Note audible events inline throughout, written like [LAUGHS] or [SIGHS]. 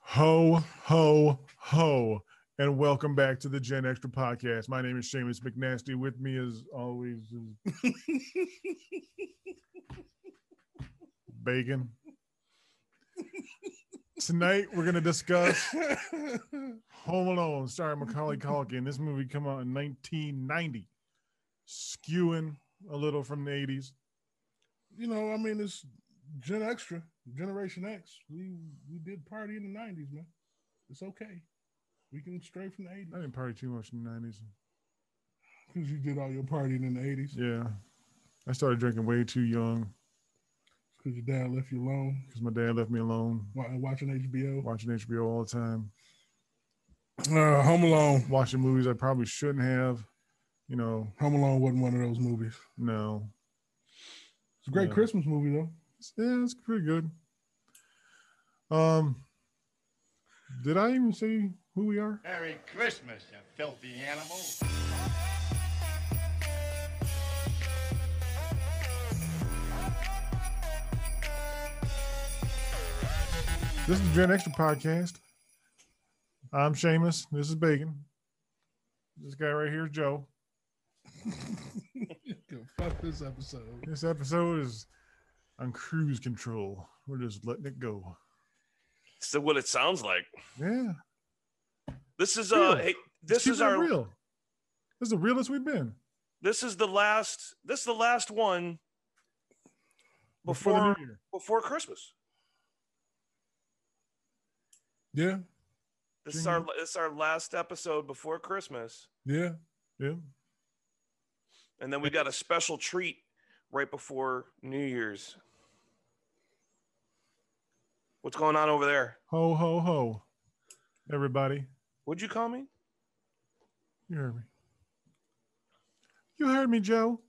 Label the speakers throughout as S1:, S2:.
S1: ho, ho, ho. And welcome back to the Gen Extra podcast. My name is Seamus McNasty. With me, as always, is Bacon. Tonight, we're going to discuss Home Alone, starring Macaulay Culkin. This movie come out in 1990, skewing a little from the 80s.
S2: [LAUGHS] you know, I mean, it's Gen Extra, Generation X. We we did party in the nineties, man. It's okay. We can stray from the eighties
S1: I didn't party too much in the 90s.
S2: because you did all your partying in the eighties
S1: Yeah. I started drinking way too young
S2: because your dad left you alone
S1: because my dad left me alone,
S2: wa- watching HBO.
S1: watching HBO all the time.
S2: Uh, Home Alone.
S1: watching movies I probably shouldn't have. You know,
S2: Home Alone wasn't one of those movies.
S1: no.
S2: It's a great
S1: Yeah.
S2: Christmas movie though. [LAUGHS]
S1: It's- Yeah, it's pretty good. Um, did I even say who we are?
S3: Merry Christmas, you filthy animal.
S1: This is the Gen Extra podcast. I'm Seamus. This is Bacon. This guy right here is Joe.
S2: Fuck this episode.
S1: This episode is on cruise control. We're just letting it go.
S4: So what it sounds like.
S1: Yeah,
S4: This is uh
S1: Real.
S4: hey, this
S1: keep
S4: is
S1: it
S4: our
S1: real. This is the realest we've been
S4: this is the last this is the last one
S1: before,
S4: before
S1: the new year.
S4: before Christmas.
S2: Yeah,
S4: This is our
S1: Jingle.
S4: this is our last episode before Christmas.
S2: yeah.
S1: Yeah.
S4: And then we got a special treat right before New Year's. What's going on over there?
S1: Ho ho ho, everybody.
S4: Would you call me?
S1: You heard me. You heard me, Joe.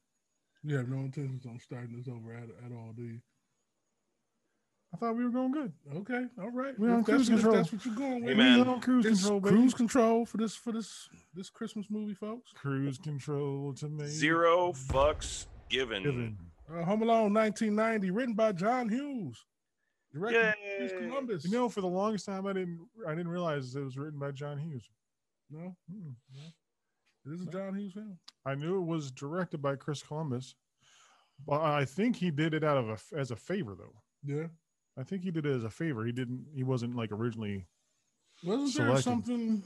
S2: You have no intentions on starting this over at, at all, do you?
S1: I thought we were going good.
S2: Okay, all right.
S1: We're on
S2: If
S1: cruise
S2: that's, what- if
S1: control.
S2: That's what you're going with.
S4: Hey, man.
S1: We on cruise
S2: It's
S1: control, baby.
S2: cruise control for this for this this Christmas movie, folks.
S1: Cruise control to me.
S4: Zero fucks given.
S1: Given.
S2: Uh, Home Alone 1990, written by John Hughes, directed by Chris
S4: Yay.
S2: Columbus.
S1: You know, for the longest time, I didn't. I didn't realize it was written by John Hughes.
S2: no,
S1: Mm, yeah.
S2: this is a John Hughes film.
S1: I knew it was directed by Chris Columbus, but I think he did it out of a, as a favor, though.
S2: Yeah,
S1: I think he did it as a favor. He didn't. He wasn't like originally.
S2: wasn't there
S1: Selected.
S2: something?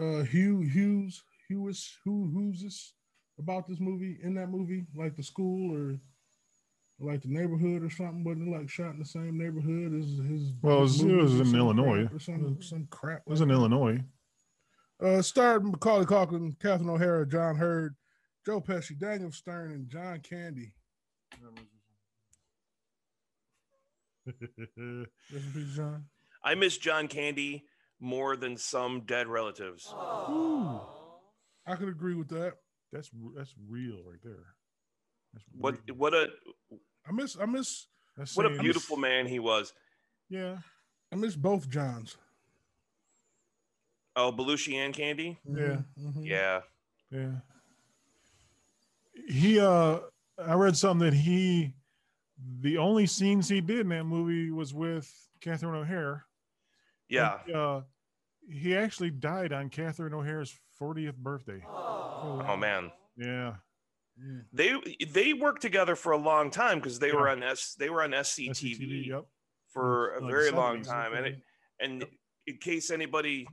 S2: Uh, Hugh Hughes Hughes who who's this about this movie in that movie, like the school or. Like the neighborhood or something, wasn't it like shot in the same neighborhood as his?
S1: Well, it was-
S2: his
S1: it
S2: movies
S1: was
S2: or
S1: in
S2: some
S1: Illinois.
S2: crap or some some crap.
S1: It was in Illinois.
S2: Uh, starred Macaulay Culkin, Catherine O'Hara, John Hurd, Joe Pesci, Daniel Stern, and John Candy. Rest in peace, John.
S4: I miss John Candy more than some dead relatives.
S2: Ooh. I could agree with that.
S1: that's that's real right there. That's
S4: What
S1: real.
S4: what a
S2: I miss, I miss,
S1: That's
S4: what a
S1: saying-
S4: beautiful man he was.
S1: Yeah.
S2: I miss both Johns.
S4: Oh, Belushi and Candy?
S1: Yeah.
S2: Mhm.
S4: Yeah.
S1: Yeah. He uh I read something that he the only scenes he did in that movie was with Catherine O'Hare.
S4: Yeah.
S1: And, uh he actually died on Catherine O'Hare's 40th birthday.
S4: Oh man.
S1: Yeah.
S2: Yeah.
S4: They they worked together for a long time because they were
S1: Yeah.
S4: on S they were on SCTV,
S1: SCTV, yep.
S4: for a
S1: Like
S4: very long
S1: 70s,
S4: time. And it, and
S1: Yep.
S4: in case anybody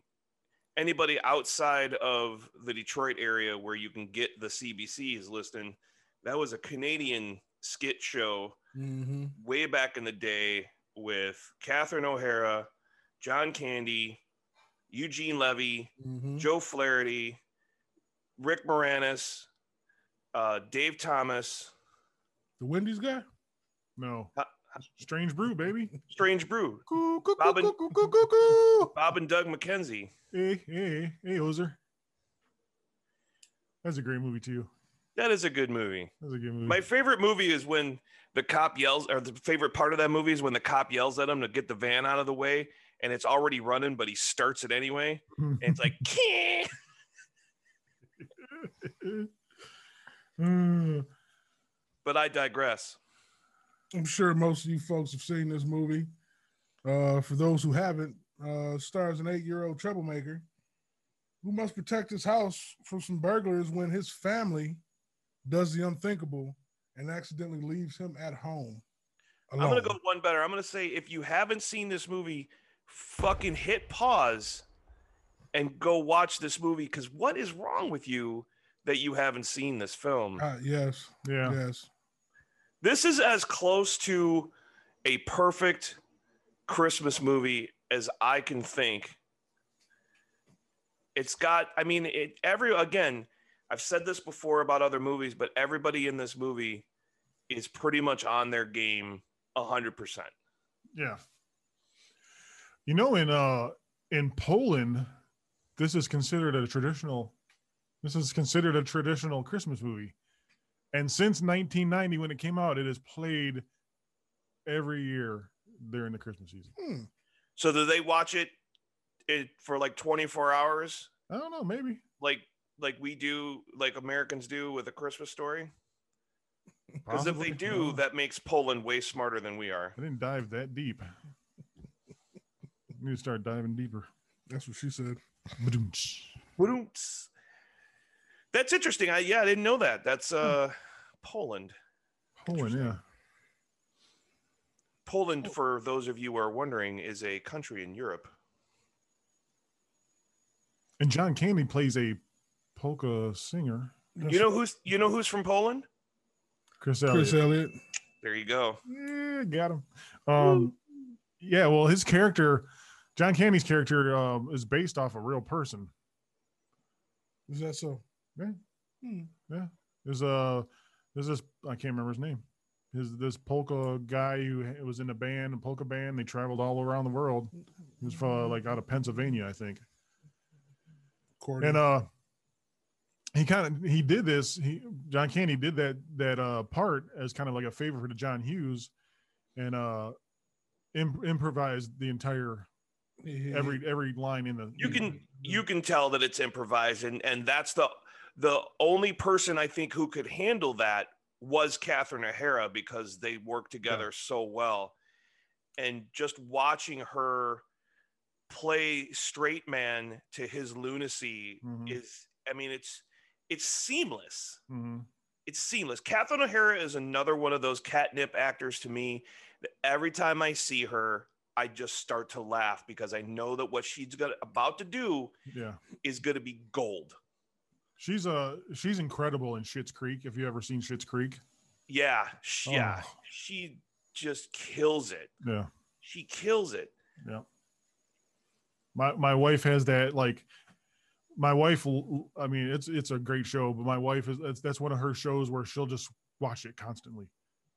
S4: anybody outside of the Detroit area where you can get the CBC is listening, that was a Canadian skit show
S2: Mm-hmm.
S4: way back in the day with Catherine O'Hara, John Candy, Eugene Levy,
S2: Mm-hmm.
S4: Joe Flaherty, Rick Moranis, uh, Dave Thomas,
S2: The Wendy's guy?
S1: No.
S4: Uh,
S1: Strange Brew,
S4: [LAUGHS]
S1: baby.
S4: Strange Brew,
S1: Coo, coo, coo,
S4: Robin-
S1: coo, coo, coo, coo, coo.
S4: Bob and Doug McKenzie.
S1: Hey, hey, hey, Ozer. That's a great movie too.
S4: That is a good movie.
S1: That's a good movie.
S4: My favorite movie is when the cop yells, or the favorite part of that movie is when the cop yells at him to get the van out of the way and it's already running, but he starts it anyway. And it's like, "Keh."
S1: Mm.
S4: but I digress.
S2: I'm sure most of you folks have seen this movie. Uh, for those who haven't, uh, stars an eight-year-old troublemaker who must protect his house from some burglars when his family does the unthinkable and accidentally leaves him at home.
S4: I'm gonna
S2: alone.
S4: go one better. I'm gonna say if you haven't seen this movie, fucking hit pause and go watch this movie because what is wrong with you that you haven't seen this film?
S2: Ah, yes,
S1: Yeah.
S2: yes.
S4: This is as close to a perfect Christmas movie as I can think. It's got, I mean, it every again, I've said this before about other movies, but everybody in this movie is pretty much on their game hundred percent.
S1: Yeah. You know, in uh in Poland, this is considered a traditional this is considered a traditional Christmas movie. And since 1990 when it came out, it is played every year during the Christmas season.
S2: Hmm.
S4: So do they watch it, it for like 24 hours,
S1: I don't know, maybe.
S4: like like we do, like Americans do with a Christmas story? Because if they
S1: Possibly.
S4: do, that makes Poland way smarter than we are.
S1: I didn't dive that deep. need to start diving deeper.
S2: That's what she said.
S1: Ba-doom-tsh.
S4: Whoops. That's interesting. I yeah, I didn't know that. That's uh Poland.
S1: Poland, yeah.
S4: Poland, for those of you who are wondering, is a country in Europe.
S1: And John Candy plays a polka singer.
S4: You know who's you know who's from Poland?
S1: Chris Elliott.
S2: Chris Elliott.
S4: There you go.
S1: Yeah, got him. Um, yeah, well, his character, John Candy's character, um, is based off a real person.
S2: Is that so?
S1: There's a there's this I can't remember his name. His this polka guy who ha- was in a band, a polka band. They traveled all around the world. He was from like out of Pennsylvania, I think.
S2: Cordy.
S1: And uh, he kind of he did this. He John Candy did that that uh part as kind of like a favor to John Hughes, and uh, imp- improvised the entire
S2: Yeah, yeah, yeah.
S1: every every line in the
S4: you can you can tell that it's improvised and and that's the the only person i think who could handle that was catherine o'hara because they worked together so well and just watching her play straight man to his lunacy
S1: Mhm.
S4: is i mean it's it's seamless
S1: Mhm.
S4: it's seamless. Catherine O'Hara is another one of those catnip actors to me that every time I see her, I just start to laugh because I know that what she's gonna, about to do
S1: yeah
S4: is going to be gold.
S1: she's uh she's incredible in Shit's Creek if you ever seen Shit's Creek
S4: Yeah, she, yeah,
S1: Oh.
S4: she just kills it.
S1: yeah
S4: She kills it.
S1: my my wife has that like my wife l- l- I mean it's it's a great show but my wife is that's, that's one of her shows where she'll just watch it constantly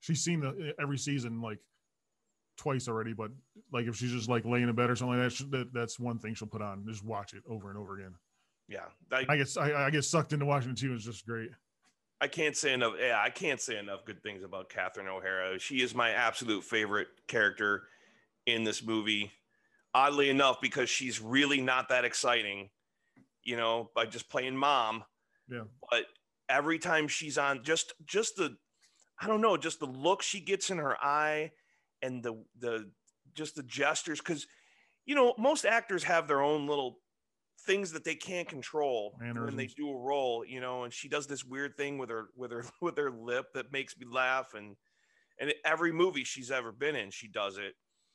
S1: she's seen the, every season like twice already but like if she's just like laying in bed or something like that, she, that that's one thing she'll put on just watch it over and over again
S4: Yeah, I,
S1: I guess I, I get sucked into watching it too it's just great
S4: I can't say enough. Yeah, I can't say enough good things about Catherine O'Hara. She is my absolute favorite character in this movie. Oddly enough, because she's really not that exciting, you know, by just playing mom.
S1: Yeah.
S4: But every time she's on, just just the, I don't know, just the look she gets in her eye, and the the just the gestures, because you know most actors have their own little things that they can't control when they
S1: Mannerisms.
S4: do a role, you know, and she does this weird thing with her with her [LAUGHS] with her lip that makes me laugh and and every movie she's ever been in, she does it.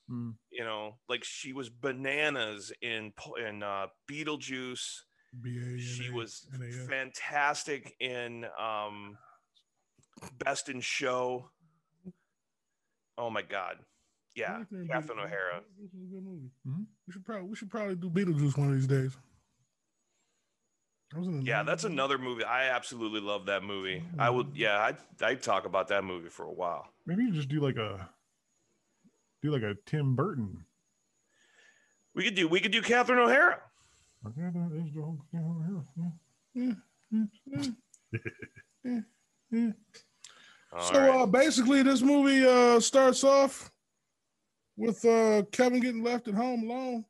S1: Mm.
S4: You know, like she was bananas in Po- in uh, Beetlejuice.
S2: B-A-N-A,
S4: She was
S2: N-A-S.
S4: fantastic in um, Best in Show. Oh my God,
S2: I
S4: yeah,
S2: like that
S4: Catherine
S2: Beetlejuice.
S4: O'Hara.
S2: This is a good movie.
S1: Mhm.
S2: We should probably we should probably do Beetlejuice one of these days. That was in the
S4: Yeah,
S2: 90s.
S4: that's another movie. I absolutely love that movie. I would, yeah, I I talk about that movie for a while.
S1: maybe you just do like a do like a Tim Burton
S4: We could do we could do Catherine O'Hara.
S1: Okay, that is the whole thing over here. Yeah.
S4: All
S2: so
S4: right.
S2: uh, basically, this movie uh, starts off with uh, Kevin getting left at home alone,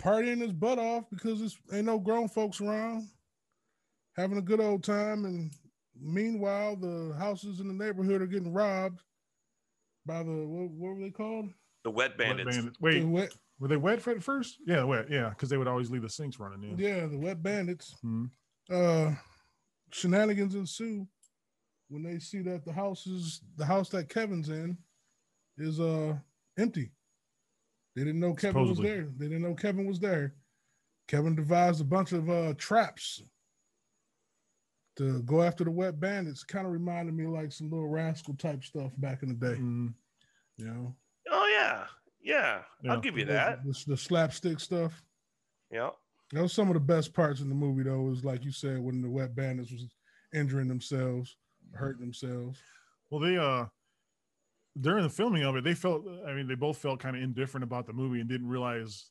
S2: partying his butt off because there's ain't no grown folks around, having a good old time, and meanwhile, the houses in the neighborhood are getting robbed by the what, what were they called?
S4: The wet bandits.
S1: Wet bandits.
S2: The
S1: Wait,
S2: wet,
S1: were they wet at first? Yeah, wet. Yeah, because they would always leave the sinks running. Yeah.
S2: yeah, the wet bandits.
S1: Mhm.
S2: Uh, shenanigans ensue when they see that the house is the house that Kevin's in is uh empty. They didn't know Kevin
S1: Supposedly.
S2: was there. They didn't know Kevin was there. Kevin devised a bunch of uh traps to go after the wet bandits. Kind of reminded me like some little rascal type stuff back in the day.
S1: Mhm.
S2: You know,
S4: Oh yeah. yeah, I'll
S1: Yeah.
S4: give you that.
S2: the, the slapstick stuff.
S4: Yeah,
S2: That was some of the best parts in the movie, though. Was like you said, when the wet bandits was injuring themselves, hurting themselves.
S1: Well, they uh during the filming of it, they felt. I mean, they both felt kind of indifferent about the movie and didn't realize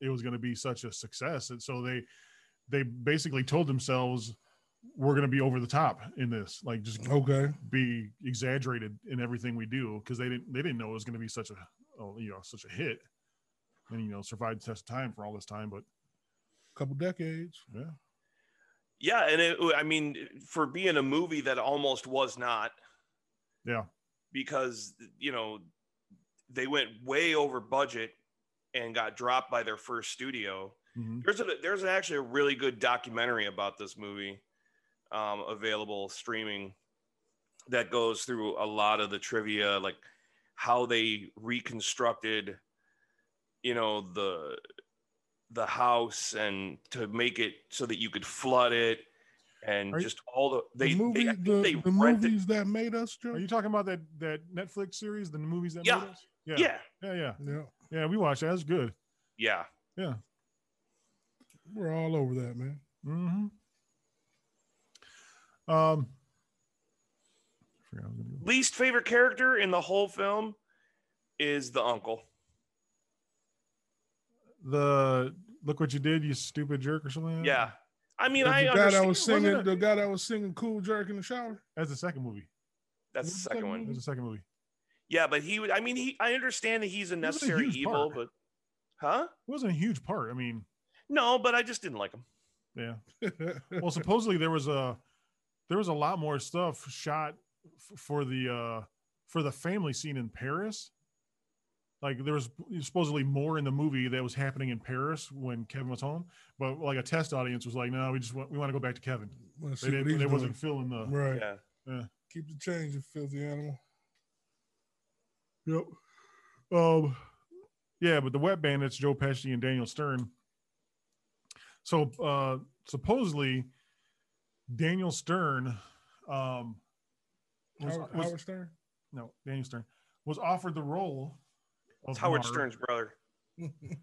S1: it was going to be such a success. And so they they basically told themselves, "We're going to be over the top in this. Like, just
S2: Okay,
S1: be exaggerated in everything we do because they didn't they didn't know it was going to be such a oh, you know such a hit and you know survived the test of time for all this time but
S2: couple decades.
S1: yeah
S4: yeah, and it, I mean, for being a movie that almost was not.
S1: Yeah.
S4: Because you know, they went way over budget and got dropped by their first studio.
S1: Mhm.
S4: There's a there's actually a really good documentary about this movie, um, available streaming, that goes through a lot of the trivia, like how they reconstructed, you know, the the house and to make it so that you could flood it, and
S1: Are you-
S4: just all the they
S2: the movie,
S4: they, I think
S2: the,
S4: they
S2: the
S4: rented-
S2: movies that made us, Joe.
S1: are you talking about that that netflix series the movies that
S4: Yeah.
S1: made us?
S4: yeah
S1: yeah yeah
S2: yeah,
S1: yeah we watched that that's good
S4: yeah
S2: we're all over that, man.
S1: hmm um I forgot I was gonna go.
S4: least favorite character in the whole film is the uncle.
S1: the look what you did you stupid jerk or something like that?
S4: Yeah. I mean,
S2: Mm. the
S4: I
S2: guy
S4: understand.
S2: that was
S1: wasn't
S2: singing,
S1: it-
S2: the guy that was singing "Cool Jerk" in the shower. [LAUGHS]
S1: that's the second movie
S4: That's the
S2: What's
S4: second
S2: that
S4: one.
S1: that's the second movie
S4: Yeah, but he would. I mean, he. I understand that he's a
S1: was a
S4: necessary
S1: huge
S4: evil,
S1: part.
S4: but huh?
S1: it wasn't a huge part i mean
S4: No, but I just didn't like him.
S1: yeah well supposedly there was a there was a lot more stuff shot f- for the uh for the family scene in paris like there was supposedly more in the movie that was happening in paris when kevin was home but like a test audience was like no we just want we want to go back to kevin
S2: Let's
S1: they
S2: see
S1: didn't
S2: what he's
S1: they
S2: doing.
S1: wasn't feeling the
S2: right.
S4: uh, Yeah.
S2: Keep the change, you filthy animal.
S1: yep um yeah but the wet bandits joe pesci and daniel stern so uh supposedly daniel stern um was-
S2: Howard,
S1: was-
S2: Howard Stern.
S1: no, Daniel Stern was offered the role of
S4: It's Howard
S1: Marv-
S4: Stern's brother.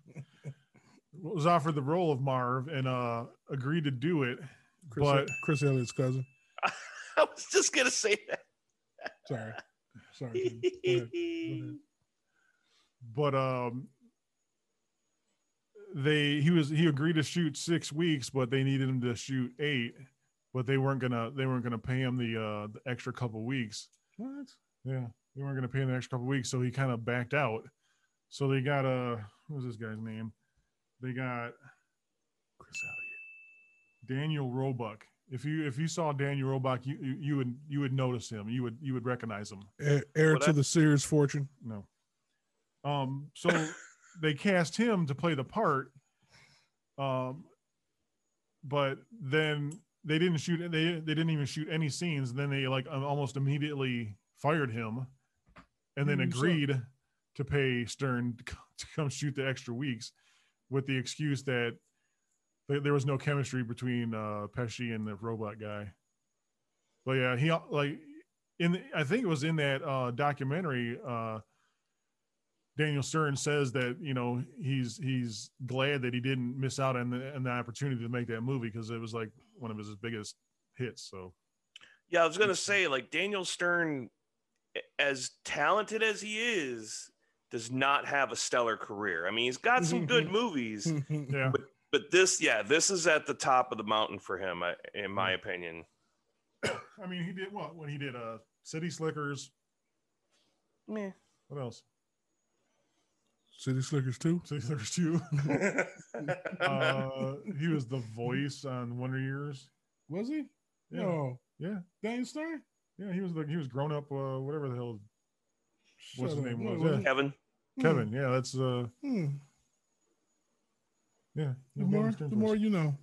S4: [LAUGHS]
S1: was offered the role of Marv and uh agreed to do it.
S2: Chris,
S1: But-
S2: Chris Elliott's cousin.
S4: I was just gonna say that.
S2: Sorry, sorry. Kevin. Go ahead.
S4: yeah,
S1: But um they he was he agreed to shoot 6 weeks but they needed him to shoot 8 but they weren't going to they weren't going to pay him the uh the extra couple weeks.
S2: What?
S1: Yeah, they weren't going to pay him the extra couple weeks so he kind of backed out. So they got uh what was this guy's name? They got
S2: Chris Elliott.
S1: Daniel Roebuck. If you if you saw Daniel Roebuck, you, you you would you would notice him. You would you would recognize him.
S2: heir, heir
S4: Well,
S2: to
S4: that-
S2: the Sears
S4: [LAUGHS]
S2: fortune.
S1: No. Um.
S2: [LAUGHS]
S1: So they cast him to play the part. Um. But then they didn't shoot. They they didn't even shoot any scenes. And then they like um, almost immediately fired him, and then
S2: Hmm, so-
S1: agreed to pay Stern to co- to come shoot the extra weeks, with the excuse that. th- There was no chemistry between uh, Pesci and the robot guy, but yeah, he al- like in the, I think it was in that uh, documentary. Uh, Daniel Stern says that you know he's he's glad that he didn't miss out on the, on the opportunity to make that movie because it was like one of his biggest hits. So
S4: I was gonna say like Daniel Stern, as talented as he is, does not have a stellar career. I mean, he's got
S2: Mm-hmm,
S4: some good movies,
S1: yeah,
S4: but this, yeah, this is at the top of the mountain for him, I- in my
S2: Mm-hmm.
S4: opinion.
S1: I mean he did what when he did uh City Slickers.
S4: Meh.
S1: What else?
S2: City Slickers too.
S1: City Slickers two. uh, he was the voice on Wonder Years.
S2: Was he?
S1: Yeah,
S2: No.
S1: Yeah.
S2: Daniel Stern?
S1: yeah. He was the he was grown up uh, whatever the hell What's his
S2: Shut up.
S1: name
S2: What
S1: was,
S2: was
S1: yeah.
S2: it?
S4: Kevin.
S2: Hmm,
S1: Kevin. Yeah, that's uh,
S2: hmm.
S1: yeah.
S2: The more,
S1: Influence.
S2: the more you know.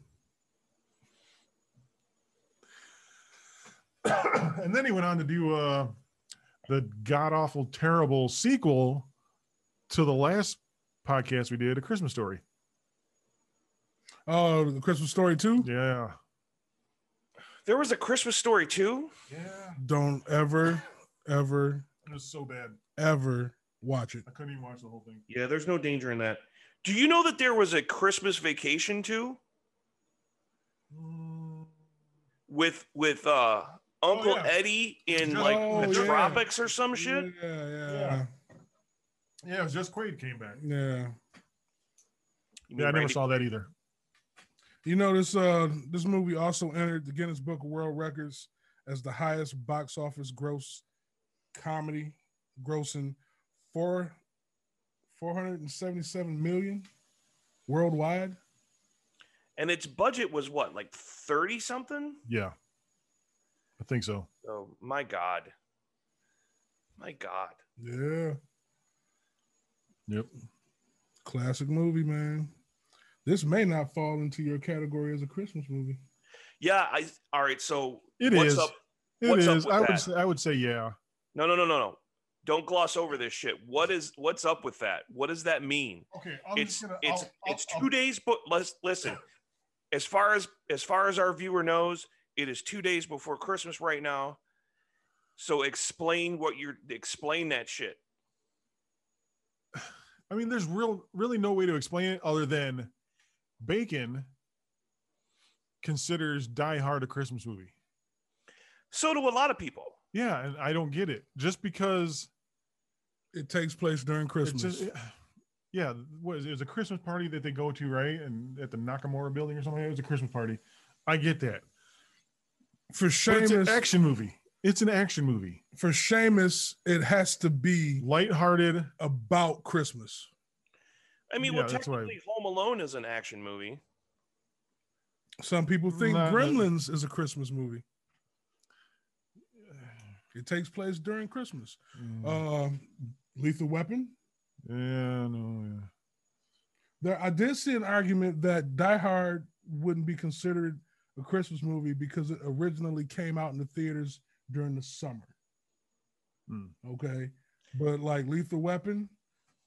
S1: [COUGHS] and then he went on to do uh, the god awful terrible sequel to the last podcast we did, A Christmas Story.
S2: Oh, the Christmas story too.
S1: Yeah,
S4: There was a Christmas story too.
S1: yeah.
S2: Don't ever, ever,
S1: It was so bad.
S2: ever watch it.
S1: I couldn't even watch the whole thing.
S4: Yeah, there's no danger in that. Do you know that there was a Christmas vacation too
S1: Mm.
S4: with with uh Uncle
S1: Oh, yeah.
S4: Eddie in
S1: Oh,
S4: like the
S2: yeah.
S4: tropics or some shit?
S2: Yeah, yeah,
S1: Yeah. Yeah, it was just Quaid came back.
S2: yeah.
S4: You mean
S1: Yeah, I never
S4: Randy-
S1: saw that either.
S2: You know this uh this movie also entered the Guinness Book of World Records as the highest box office gross comedy, grossing four four hundred and seventy seven million worldwide.
S4: And its budget was what, like 30 something?
S1: Yeah, I think so.
S4: Oh my god. My god.
S2: Yeah.
S1: Yep.
S2: Classic movie, man. This may not fall into your category as a Christmas movie.
S4: Yeah, I all right, so
S1: It
S4: what's
S1: is.
S4: up?
S1: It is.
S4: What's up with
S1: I
S4: that?
S1: would. Say, I would say yeah.
S4: No, no, no, no, no. Don't gloss over this shit. What is what's up with that? What does that mean?
S1: Okay, I'm
S4: it's it's it's 2 days but let's listen. As far as as far as our viewer knows, it is 2 days before Christmas right now. So explain what you're explain that shit.
S1: I mean, there's real, really no way to explain it other than Bacon considers Die Hard a Christmas movie.
S4: So do a lot of people.
S1: Yeah, and I don't get it. Just because
S2: It takes place during
S1: it's
S2: Christmas.
S1: just, [SIGHS] yeah, what is it? it was a Christmas party that they go to, right? And at the Nakamura building or something, it was a Christmas party. I get that.
S2: for
S1: But it's an
S2: Seamus,
S1: action movie. It's an action movie.
S2: for Seamus, it has to be
S1: Lighthearted. [SIGHS]
S2: about Christmas.
S4: I mean, well,
S1: Yeah, that's what I-
S4: technically, Home Alone is an action movie.
S2: Some people think
S1: Nah, that-
S2: Gremlins is a Christmas movie. It takes place during Christmas.
S1: Mm,
S2: Um, Lethal Weapon.
S1: yeah, no, yeah.
S2: There, I did see an argument that Die Hard wouldn't be considered a Christmas movie because it originally came out in the theaters during the summer.
S1: Hmm.
S2: Okay, but like Lethal Weapon,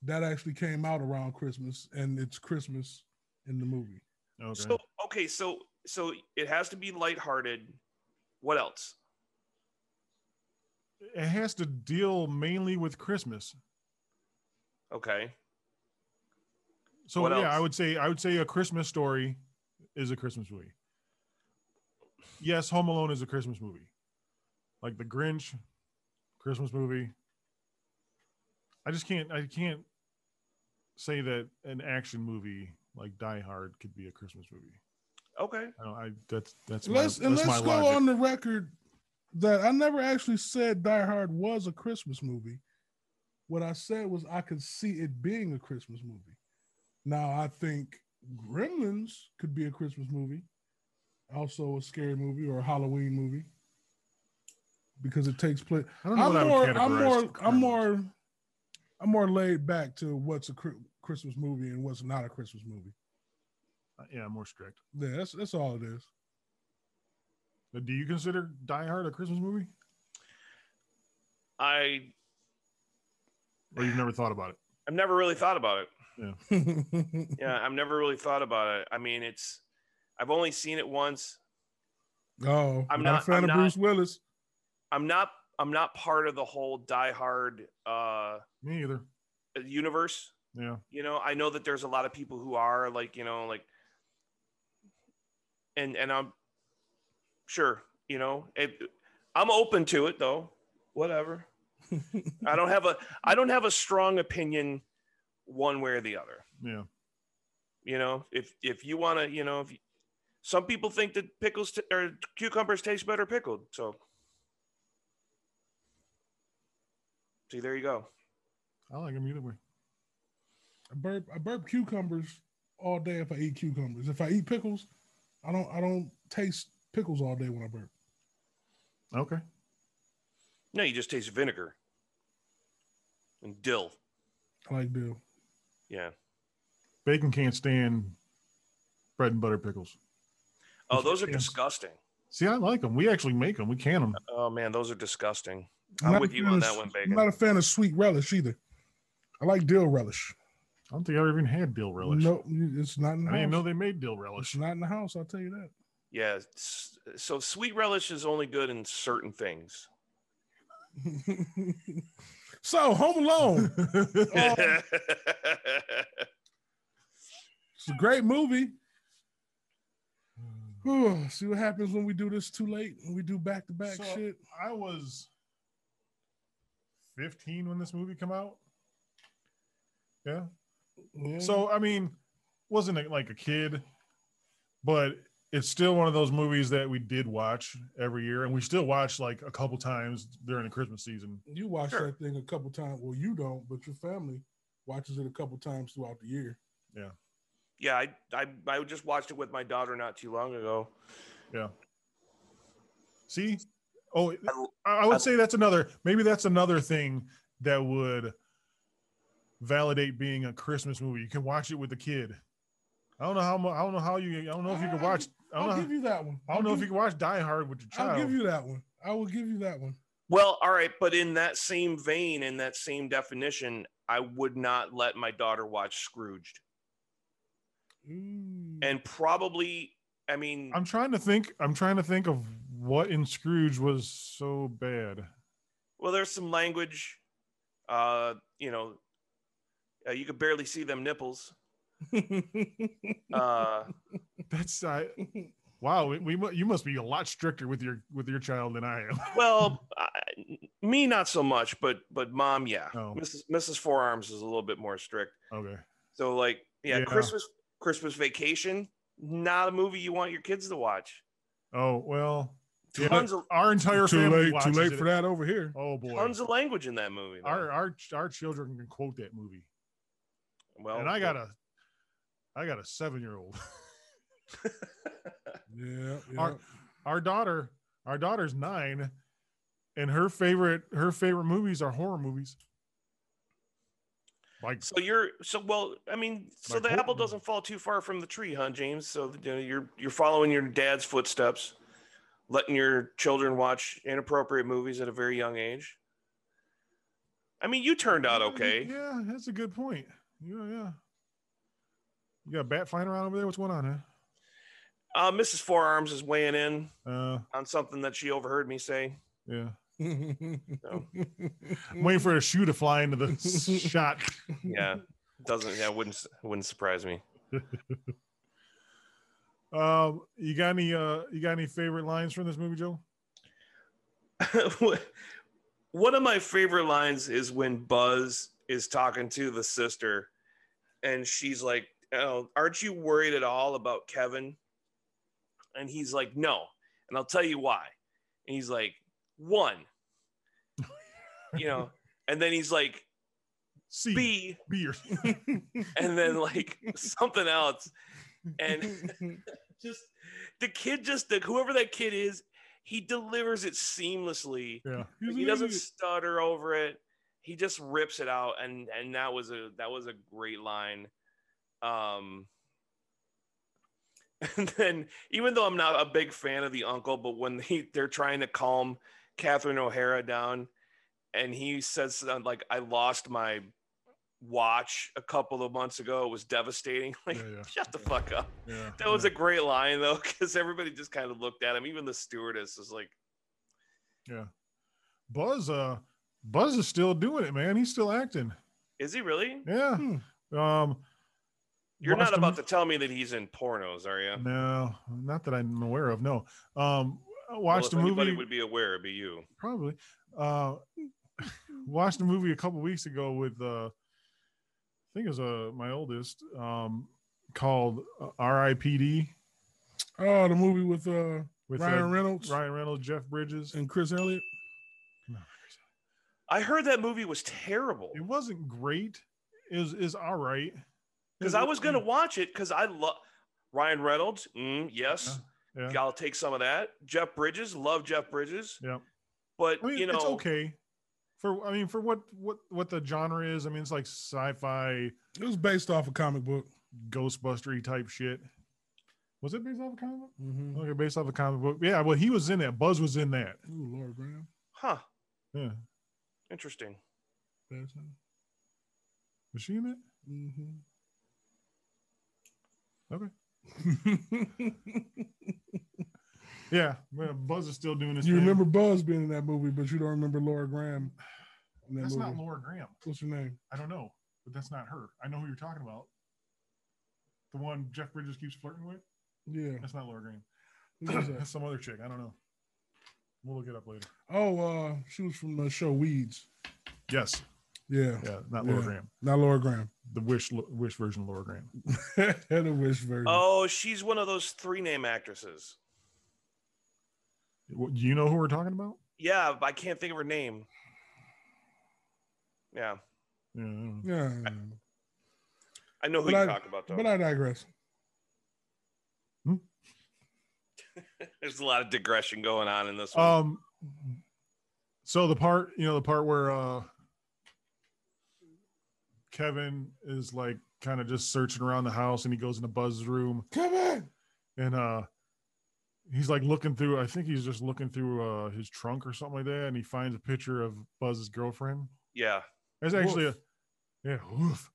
S2: that actually came out around Christmas, and it's Christmas in the movie.
S1: Okay.
S4: So okay, so so it has to be lighthearted. What else?
S1: it has to deal mainly with Christmas.
S4: Okay,
S1: So
S4: What
S1: yeah, I
S4: else?
S1: would say I would say a Christmas story is a Christmas movie. Yes, Home Alone is a Christmas movie. Like The Grinch, Christmas movie. I just can't I can't say that an action movie like Die Hard could be a Christmas movie.
S4: okay.
S1: I don't I that's that's my,
S2: let's
S1: that's
S2: and let's
S1: my
S2: go
S1: logic.
S2: on the record that I never actually said Die Hard was a Christmas movie. What I said was I could see it being a Christmas movie. Now I think Gremlins could be a Christmas movie, also a scary movie or a Halloween movie, because it takes place.
S1: I don't know
S2: I'm
S1: what I
S2: more,
S1: would
S2: I'm more,
S1: categorize
S2: I'm
S1: Christmas.
S2: more, I'm more laid back to what's a Chri- Christmas movie and what's not a Christmas movie.
S1: Uh, yeah, I'm more strict.
S2: Yeah, that's that's all it is.
S1: But do you consider Die Hard a Christmas movie?
S4: I
S1: Or you've never thought about it?
S4: I've never really thought about it.
S2: [LAUGHS] I
S4: Yeah, I've never really thought about it. I mean, it's I've only seen it once.
S2: Oh,
S4: I'm
S2: I'm
S4: not-
S2: not a fan
S4: I'm
S2: of
S4: not-
S1: [LAUGHS]
S2: Bruce Willis.
S4: I'm not I'm not part of the whole Die Hard uh,
S1: Me either.
S4: universe.
S1: Yeah.
S4: You know, I know that there's a lot of people who are like you know like, and and I'm sure you know it, I'm open to it though. Whatever. I don't have a I don't have a strong opinion one way or the other.
S1: Yeah.
S4: You know, if if you want to, you know, if you, some people think that pickles t- or cucumbers taste better pickled. So See, there you go.
S1: I like them either way.
S2: I burp, I burp cucumbers all day if I eat cucumbers. If I eat pickles, I don't, I don't taste pickles all day when I burp.
S1: Okay.
S4: No, you just taste vinegar. and Dill.
S2: I like Bill.
S4: Yeah.
S1: Bacon can't stand bread and butter pickles.
S4: Oh, those are
S1: Yes.
S4: disgusting.
S1: See, I like them. We actually make them. We can them.
S4: Oh man, those are disgusting.
S2: I'm
S4: I'm
S2: not a
S4: with you
S2: fan
S4: on
S2: of
S4: that
S2: s-
S4: one,
S2: I'm
S4: Bacon.
S2: not a fan of sweet relish either. I like dill relish.
S1: I don't think I even had dill relish.
S2: No, it's not in the
S1: I
S2: house.
S1: didn't know they made dill
S2: it's
S1: relish.
S2: not in the house. I'll tell you that.
S4: yeah. s- So sweet relish is only good in certain things.
S2: [LAUGHS] so Home Alone. Oh, it's a
S1: [SIGHS]
S2: great movie. Whew, see what happens when we do this too late. When we do back to back
S1: So-
S2: shit.
S1: I was 15 when this movie came out. Yeah.
S2: Yeah.
S1: So I mean, wasn't it like a kid, but it's still one of those movies that we did watch every year, and we still watch like a couple times during the Christmas season.
S2: you watch
S4: Sure.
S2: that thing a couple times. Well, you don't, but your family watches it a couple times throughout the year.
S4: [LAUGHS] yeah, I, I I just watched it with my daughter not too long ago.
S1: See, oh,
S4: I-
S1: I I would say that's another. Maybe that's another thing that would validate being a Christmas movie. You can watch it with the kid. I don't know how. mu- I don't know how you. I don't know if you can watch. I
S2: I'll
S1: don't know.
S2: give you that one.
S1: I don't know
S2: I'll
S1: if you
S2: give-
S1: can watch Die Hard with your
S2: I'll give
S1: child.
S2: you that one. I will give you that one.
S4: Well, all right, but in that same vein, in that same definition, I would not let my daughter watch Scrooged,
S2: Ooh.
S4: and probably, I mean,
S1: I'm trying to think. I'm trying to think of what in Scrooge was so bad.
S4: well, there's some language, uh, you know, uh, you could barely see
S1: [LAUGHS]
S4: them nipples. Uh,
S1: That's I. Wow, we, we mu- you must be a lot stricter with your with your child than I am. [LAUGHS]
S4: well, I, me not so much, but but mom, yeah,
S1: Oh.
S4: Mrs. Mrs. Forearms is a little bit more strict.
S1: Okay,
S4: So like, yeah,
S1: Yeah.
S4: Christmas Christmas Vacation, not a movie you want your kids to watch.
S1: Oh well, yeah,
S4: Tons of
S1: our entire
S2: too
S1: family
S2: late, too
S1: watches
S2: late
S1: it.
S2: for that over here.
S1: Oh boy,
S4: tons of language in that movie. man.
S1: our our our children can quote that movie,
S4: Well,
S1: and I got a I got a seven year old.
S2: Yeah, yeah.
S1: Our- [LAUGHS] Our daughter, our daughter's nine, and her favorite her favorite movies are horror movies. Like
S4: So you're so well. I mean, so
S1: Like,
S4: the
S1: what-
S4: apple doesn't fall too far from the tree, huh, James? So you know, you're you're following your dad's footsteps, letting your children watch inappropriate movies at a very young age. I mean, you turned out
S1: Yeah,
S4: okay.
S1: Yeah, that's a good point. Yeah, yeah. You got a bat flying around over there? What's going on, huh?
S4: Uh, Mrs. Forearms is weighing in
S1: Uh,
S4: on something that she overheard me say.
S1: [LAUGHS] yeah.
S2: [LAUGHS]
S1: I'm waiting for a shoe to fly into
S4: [LAUGHS]
S1: the s- shot.
S4: Yeah, doesn't yeah wouldn't s- wouldn't surprise me.
S1: Um, you got any? Uh, you got any favorite lines from this movie, Joe?
S4: [LAUGHS] one of my favorite lines is when Buzz is talking to the sister, and she's like, "Oh, aren't you worried at all about Kevin?" And he's like, "No," and I'll tell you why. And he's like, "One," you know, [LAUGHS] and then he's like,
S1: C
S4: "B,"
S1: B or
S4: [LAUGHS]
S1: [LAUGHS]
S4: and then like something else, and [LAUGHS] just the kid, just the whoever that kid is, he delivers it seamlessly.
S1: yeah.
S4: Like, he doesn't stutter over it. He just rips it out, and and that was a that was a great line. Um, [LAUGHS] and then even though I'm not a big fan of the uncle, but when he, they're trying to calm Catherine O'Hara down, and he says something like, "I lost my watch a couple of months ago. It was devastating." [LAUGHS] Like,
S1: Yeah, yeah.
S4: shut the fuck up.
S1: Yeah,
S4: That was
S1: yeah,
S4: a great line though, [LAUGHS] because everybody just kind of looked at him. Even the stewardess was like,
S1: yeah. Buzz. Uh, Buzz is still doing it, man. He's still acting.
S4: "Is he really?"
S1: Yeah. Um,
S4: Hmm. You're
S1: watched
S4: not
S1: him-
S4: about to tell me that he's in pornos, are you?
S1: No, not that I'm aware of. No. Um, I
S4: Well,
S1: watched
S4: if
S1: the
S4: anybody
S1: movie.
S4: would be aware, it'd be you.
S1: probably uh [LAUGHS] watched a movie a couple weeks ago with uh i think it was uh my oldest um called uh, ripd
S2: oh, the movie with uh,
S1: with
S2: Ryan
S1: uh,
S2: Reynolds
S1: ryan reynolds jeff bridges
S2: and Chris Elliott.
S4: I heard that movie was terrible
S1: it wasn't great is is all right
S4: because I was gonna watch it because I love Ryan Reynolds. Mm, yes,
S1: yeah,
S4: I'll take some of that. Jeff Bridges, love Jeff Bridges.
S1: Yeah.
S4: but
S1: I mean,
S4: you know,
S1: it's okay for I mean for what what what the genre is. I mean it's like sci-fi
S2: It was based off a comic book.
S1: ghostbustery type shit. Was it based off a comic book?
S2: Mm-hmm.
S1: Okay, based off a comic book. Yeah, well he was in that. Buzz was in that.
S2: Ooh, Laura Graham.
S4: Huh.
S1: Yeah.
S4: Interesting.
S2: Mm-hmm.
S1: Was she in it? Okay. Yeah. yeah, Buzz is still doing this.
S2: [LAUGHS] you remember Buzz being in that movie, but you don't remember Laura Graham in that
S1: that's
S2: movie.
S1: not Laura Graham.
S2: What's her name?
S1: I don't know, but that's not her. I know who you're talking about. The one Jeff Bridges keeps flirting with. [CLEARS THROAT]
S2: Yeah.
S1: That's not Laura Graham.
S2: Who was
S1: [CLEARS THROAT]
S2: that?
S1: that's some other chick. I don't know. We'll look it up later.
S2: Oh, uh, she was from the show Weeds.
S1: Yes.
S2: Yeah,
S1: Yeah. Not Laura
S2: Yeah.
S1: Graham.
S2: not Laura Graham. [LAUGHS]
S1: The wish wish version of Laura Graham.
S2: the Wish version.
S4: Oh, she's one of those three name actresses.
S1: What- Do you know who we're talking about?
S4: Yeah, but I can't think of her name. Yeah,
S1: Yeah. I don't know.
S2: Yeah,
S4: I know who
S2: But
S4: you
S2: I-
S4: talk about though.
S2: but I digress.
S4: There's a lot of digression going on in this one.
S1: Um. So the part, you know, the part where uh Kevin is like kind of just searching around the house, and he goes into Buzz's room,
S2: Come on.
S1: and uh he's like looking through i think he's just looking through uh his trunk or something like that and he finds a picture of buzz's girlfriend
S4: yeah,
S1: there's actually a yeah woof.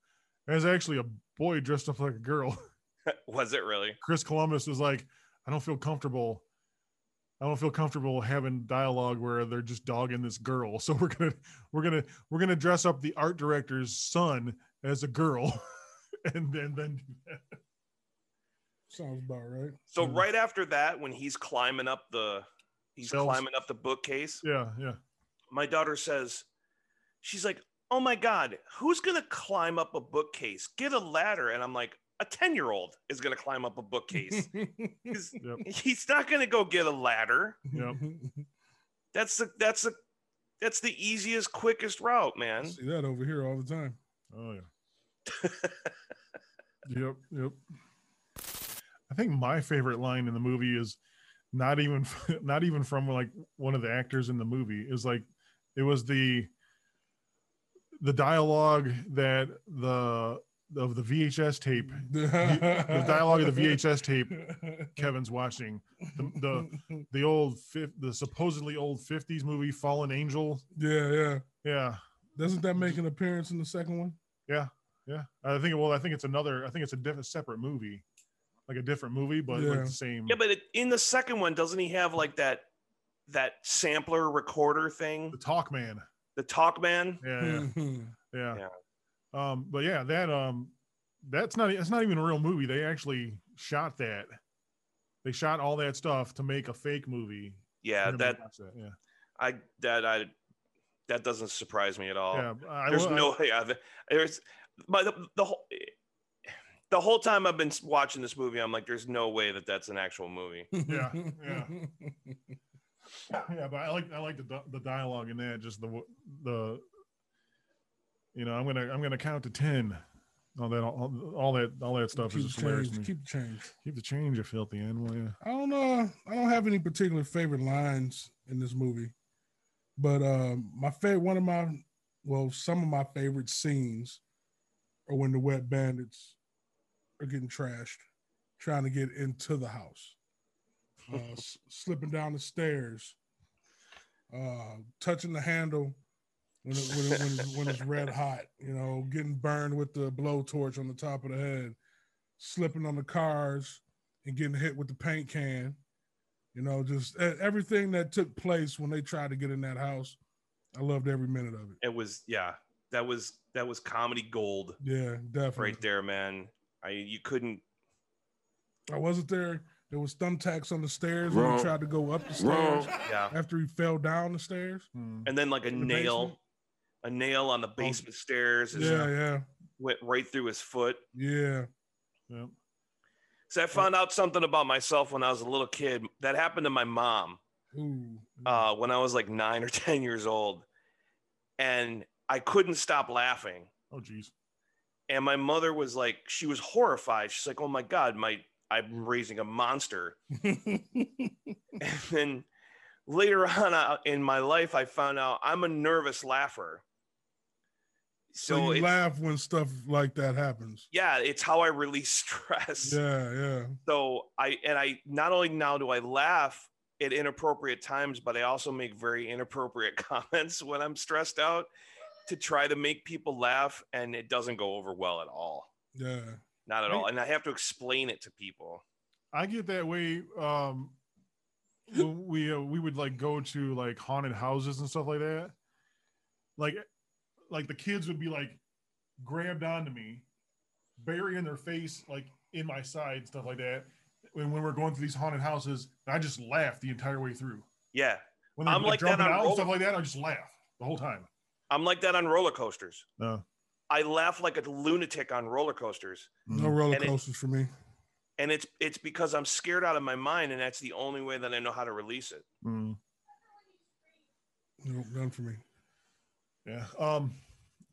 S1: there's actually a boy dressed up like a girl
S4: was it really?
S1: chris columbus is like i don't feel comfortable i don't feel comfortable having dialogue where they're just dogging this girl [LAUGHS] so we're gonna we're gonna we're gonna dress up the art director's son as a girl [LAUGHS] and then then do that.
S2: Sounds about right. [LAUGHS]
S4: So
S2: Mm.
S4: right after that, when he's climbing up the, he's
S1: Shelves.
S4: climbing up the bookcase.
S1: yeah yeah
S4: My daughter says, she's like, "Oh my god, who's gonna climb up a bookcase? Get a ladder!" And I'm like, "A ten year old is gonna climb up a bookcase. he's,
S1: [LAUGHS] Yep.
S4: he's not gonna go get a ladder.
S1: Yep.
S4: That's the that's the that's the easiest, quickest route,
S2: I
S4: man."
S2: see that over here all the time.
S1: Oh yeah. yep, yep. I think my favorite line in the movie is not even [LAUGHS] not even from like one of the actors in the movie is like it was the the dialogue that the of the VHS
S2: [LAUGHS]
S1: tape
S2: the [LAUGHS]
S1: the dialogue of the VHS tape Kevin's watching the the, the old fif- the supposedly old 50s movie Fallen Angel
S2: yeah, yeah.
S1: yeah
S2: Doesn't that make an appearance in the second one?
S1: Yeah, I think. Well, I think it's another. I think it's a different, separate movie, like a different movie, but like
S2: Yeah.
S1: the same.
S4: Yeah, but it, in the second one, doesn't he have like that that sampler recorder thing,
S1: the Talk Man.
S4: the Talkman?
S1: Yeah,
S2: Hmm.
S1: [LAUGHS] yeah, yeah, Um, but yeah, that um, that's not. It's not even a real movie. They actually shot that. They shot all that stuff to make a fake movie.
S4: Yeah,
S1: Everybody
S4: that
S1: watched that. Yeah,
S4: I that I that doesn't surprise me at all.
S1: yeah. I,
S4: Oh, there's
S1: I-
S4: no yeah, the- there's my the, the whole the whole time I've been s- watching this movie, I'm like, there's no way that that's an actual movie.
S1: Yeah,
S2: [LAUGHS]
S1: yeah, but I like I like the di- the dialogue in that. Just the w- the. You know, I'm gonna I'm gonna count to ten. All that all, all that all that stuff
S2: Keep
S1: is
S2: the
S1: just hilarious. to me.
S2: change. Keep the change.
S1: Keep the change, you filthy animal. Yeah.
S2: I don't know. I don't have any particular favorite lines in this movie, but um, my favorite, one of my, well, some of my favorite scenes are when the wet bandits are getting trashed, trying to get into the house, uh, s- slipping down the stairs, uh, touching the handle when, it, when, it, when, it's, when it's red hot, you know, getting burned with the blowtorch on the top of the head, slipping on the cars and getting hit with the paint can. You know, just e- everything that took place when they tried to get in that house. I loved every minute of it.
S4: It was yeah, that was that was comedy gold
S2: Yeah, definitely.
S4: right there, man. I you couldn't
S2: I wasn't there. There was thumbtacks on the stairs when he tried to go up the stairs
S4: yeah.
S2: after he fell down the stairs.
S1: Hmm.
S4: and then like a
S2: the
S4: nail
S2: basement?
S4: a nail on the basement stairs is-
S2: Yeah, yeah,
S4: went right through his foot
S2: yeah.
S1: Yep.
S4: so i found out something about myself when i was a little kid that happened to my mom
S2: Ooh.
S4: uh, when i was like [LAUGHS] nine or ten years old and i couldn't stop laughing
S1: Oh, geez.
S4: and my mother was like she was horrified she's like oh
S2: [LAUGHS]
S4: my god my i'm raising a monster and then later on uh, in my life, I found out I'm a nervous laugher.
S2: So,
S4: So
S2: you
S4: it's,
S2: laugh when stuff like that happens.
S4: yeah, it's how I release [LAUGHS] stress.
S2: Yeah, yeah.
S4: So I and I not only now do I laugh at inappropriate times, but I also make very inappropriate [LAUGHS] comments when I'm stressed out to try to make people laugh, and it doesn't go over well at all.
S2: Yeah.
S4: Not at
S1: Right.
S4: all. And I have to explain it to people.
S1: I get that way. Um, when we uh, we would like go to like haunted houses and stuff like that. Like, like the kids would be like grabbed onto me, burying their face like in my side, stuff like that. When when we're going through these haunted houses, I just laugh the entire way through.
S4: Yeah.
S1: When they're
S4: I'm like that
S1: jumping
S4: on
S1: out and
S4: roll-
S1: stuff like that, I just laugh the whole time.
S4: I'm like that on roller coasters.
S1: No.
S4: I laugh like a lunatic on roller coasters.
S2: No roller
S4: And it-
S2: coasters for me.
S4: And it's it's because I'm scared out of my mind, and that's the only way that I know how to release it.
S1: Mm.
S2: No, none for me.
S1: Yeah. Um,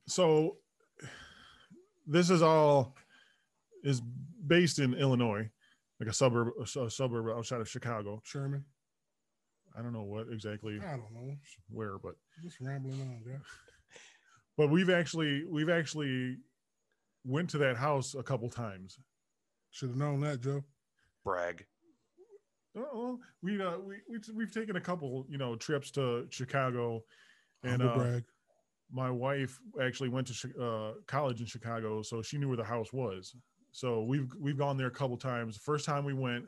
S1: so this is all is based in Illinois, like a suburb, a su- a suburb outside of Chicago.
S2: Sherman.
S1: I don't know what exactly
S2: I don't know.
S1: where, but
S2: Just rambling on, yeah.
S1: but we've actually we've actually went to that house a couple times.
S2: Should have known that, Joe.
S4: Brag.
S1: Oh, we uh, we we've, we've taken a couple you know trips to Chicago, and
S2: Humble
S1: uh,
S2: brag.
S1: my wife actually went to Chi- uh, college in Chicago, so she knew where the house was. So we've we've gone there a couple times. First time we went,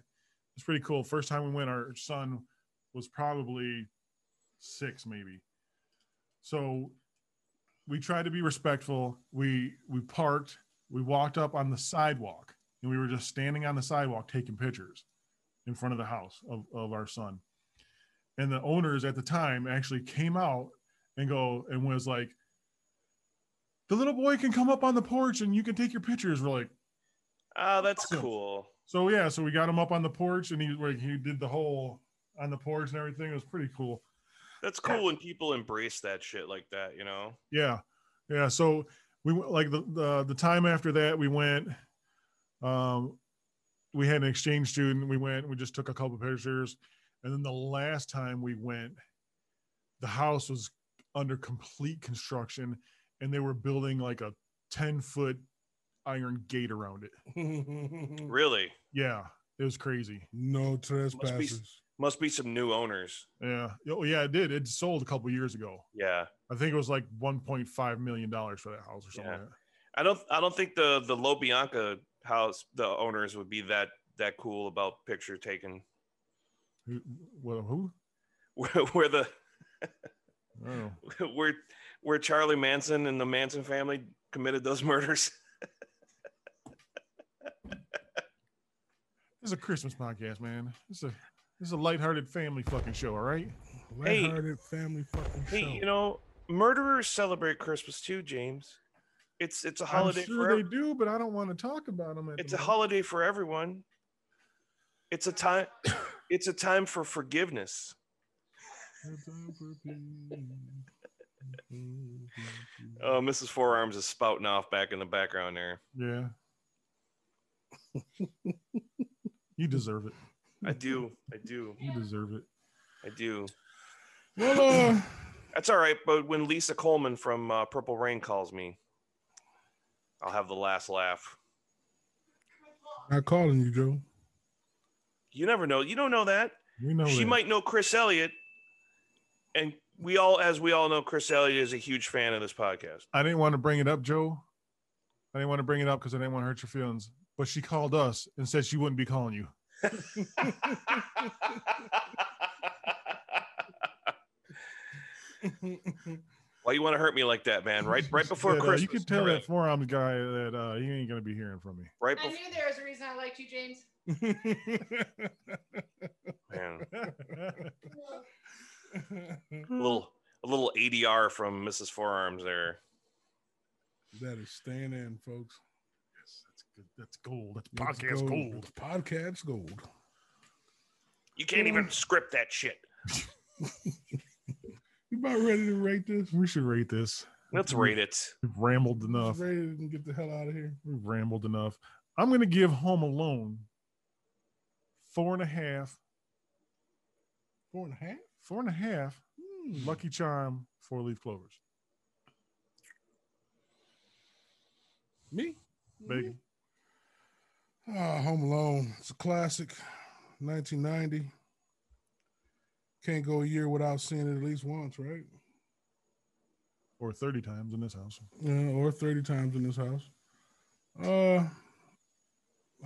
S1: it's pretty cool. First time we went, our son was probably six, maybe. So we tried to be respectful. We we parked. We walked up on the sidewalk, and we were just standing on the sidewalk taking pictures in front of the house of, of our son. And the owners at the time actually came out and go and was like, the little boy can come up on the porch and you can take your pictures. We're like,
S4: Oh, that's
S1: Awesome.
S4: cool.
S1: so yeah, so we got him up on the porch and he like, he did the whole on the porch and everything. It was pretty cool.
S4: That's cool when people embrace that shit like that, you know?
S1: Yeah, yeah. So we went- like the the, the time after that we went. Um, we had an exchange student. We went. We just took a couple pictures, and then the last time we went, the house was under complete construction, and they were building like a ten foot iron gate around it.
S4: Really?
S1: Yeah, it was crazy.
S2: no trespassers.
S4: Must be some new owners.
S1: Yeah. Oh yeah, it did. It sold a couple years ago.
S4: Yeah.
S1: I think it was like one point five million dollars for that house or something.
S4: Yeah.
S1: Like that.
S4: I don't I don't think the the Lo Bianca house the owners would be that that cool about picture taking [LAUGHS]
S1: Who? What, who?
S4: where, where the [LAUGHS]
S1: I don't know.
S4: where where Charlie Manson and the Manson family committed those murders.
S1: This is a Christmas podcast, man. This is a this is a lighthearted family fucking show, all right?
S4: Hey.
S2: Lighthearted family fucking
S4: [LAUGHS] Hey,
S2: show.
S4: you know, murderers celebrate Christmas too, James. It's it's a holiday
S1: I'm sure
S4: for
S1: they
S4: ev-
S1: do, but I don't want to talk about them. At
S4: it's
S1: the
S4: a holiday for everyone. It's a time [COUGHS] it's a time for forgiveness. Oh, Mrs. Forearms is spouting off back in the background there.
S1: moment.
S4: [LAUGHS]
S1: yeah. you deserve it.
S4: I do. I do.
S1: You deserve it.
S4: I do.
S2: well, uh,
S4: That's all right. But when Lisa Coleman from uh, Purple Rain calls me, I'll have the last laugh.
S2: not calling you, Joe.
S4: You never know. You don't know that.
S1: [CLEARS THROAT] We know
S4: she
S1: that.
S4: might know Chris Elliott. And we all, as we all know, Chris Elliott is a huge fan of this podcast.
S1: I didn't want to bring it up, Joe. I didn't want to bring it up because I didn't want to hurt your feelings. But she called us and said she wouldn't be calling you.
S4: Why you want to hurt me like that, man? Right,
S1: [LAUGHS]
S4: right before
S1: That, uh,
S4: Christmas.
S1: you can tell
S4: All
S1: that
S4: right.
S1: forearms guy that uh, he ain't gonna be hearing from me. [LAUGHS]
S4: Right
S5: I
S4: before,
S5: knew there was a reason I liked you, James.
S4: man. A
S1: [LAUGHS]
S4: little, a little ADR from Mrs. Forearms there.
S2: that is staying in, folks.
S1: Yes, that's good. That's gold. That's
S2: It's
S1: podcast gold.
S2: It's Podcast gold.
S4: You can't even script that shit.
S2: You about ready to rate this?
S1: We should rate this.
S4: Let's
S1: Mm-hmm.
S4: rate it.
S1: We've rambled enough.
S2: Ready and get the hell out of here.
S1: We've rambled enough. I'm going to give Home Alone four and a half
S2: Four and a half. Hmm.
S1: Four and a half. Lucky Charm, four leaf clovers.
S2: Me?
S1: Bacon.
S2: Ah, Home Alone. It's a classic. 1990. Can't go a year without seeing it at least once, right?
S1: Or 30 times in this house.
S2: Yeah, or 30 times in this house. Uh,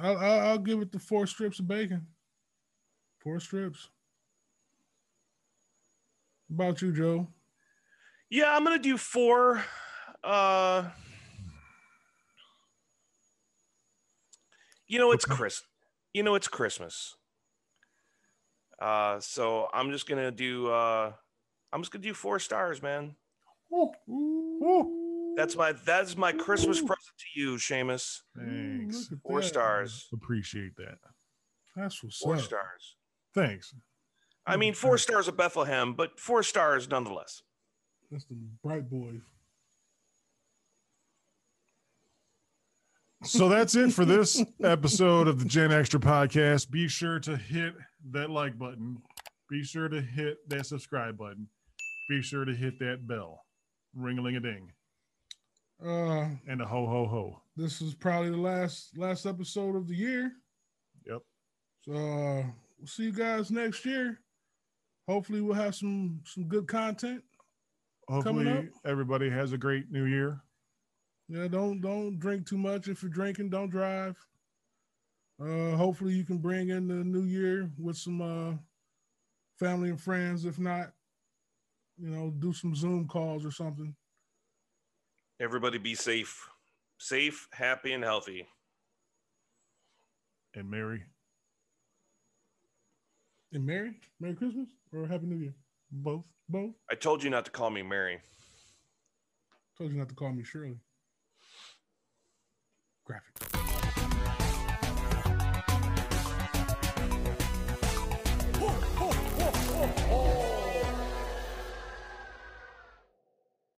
S2: I'll, I'll I'll give it the four strips of bacon. Four strips. About you, Joe.
S4: Yeah, I'm gonna do four. Uh, you know it's
S1: Okay.
S4: Chris. You know it's Christmas. Uh, so I'm just gonna do. Uh, I'm just gonna do four stars, man. That's my that's my Christmas present to you, Seamus.
S1: Thanks.
S2: Look at
S4: Four
S2: that.
S4: stars.
S1: Appreciate that.
S2: That's what's
S4: Four
S2: up.
S4: stars.
S1: Thanks.
S4: I mean, four stars of Bethlehem, but four stars nonetheless.
S2: That's the bright boy.
S1: So that's it for
S2: [LAUGHS]
S1: this episode of the Gen Extra podcast. Be sure to hit that like button. Be sure to hit that subscribe button. Be sure to hit that bell. Ring a ling a ding.
S2: Uh,
S1: And a ho ho ho.
S2: this is probably the last last episode of the year.
S1: Yep.
S2: So uh, we'll see you guys next year. Hopefully, we'll have some some good content. Coming
S1: Hopefully everybody has a great new year.
S2: Yeah, don't don't drink too much. If you're drinking, don't drive. Uh, hopefully, you can bring in the new year with some uh, family and friends. If not, you know, do some Zoom calls or something.
S4: Everybody be safe, safe, happy, and healthy.
S1: And Merry
S2: And Merry Merry Christmas or Happy New Year.
S1: both.
S2: Both
S4: I told you not to call me Mary.
S2: told you not to call me Shirley. Graphic.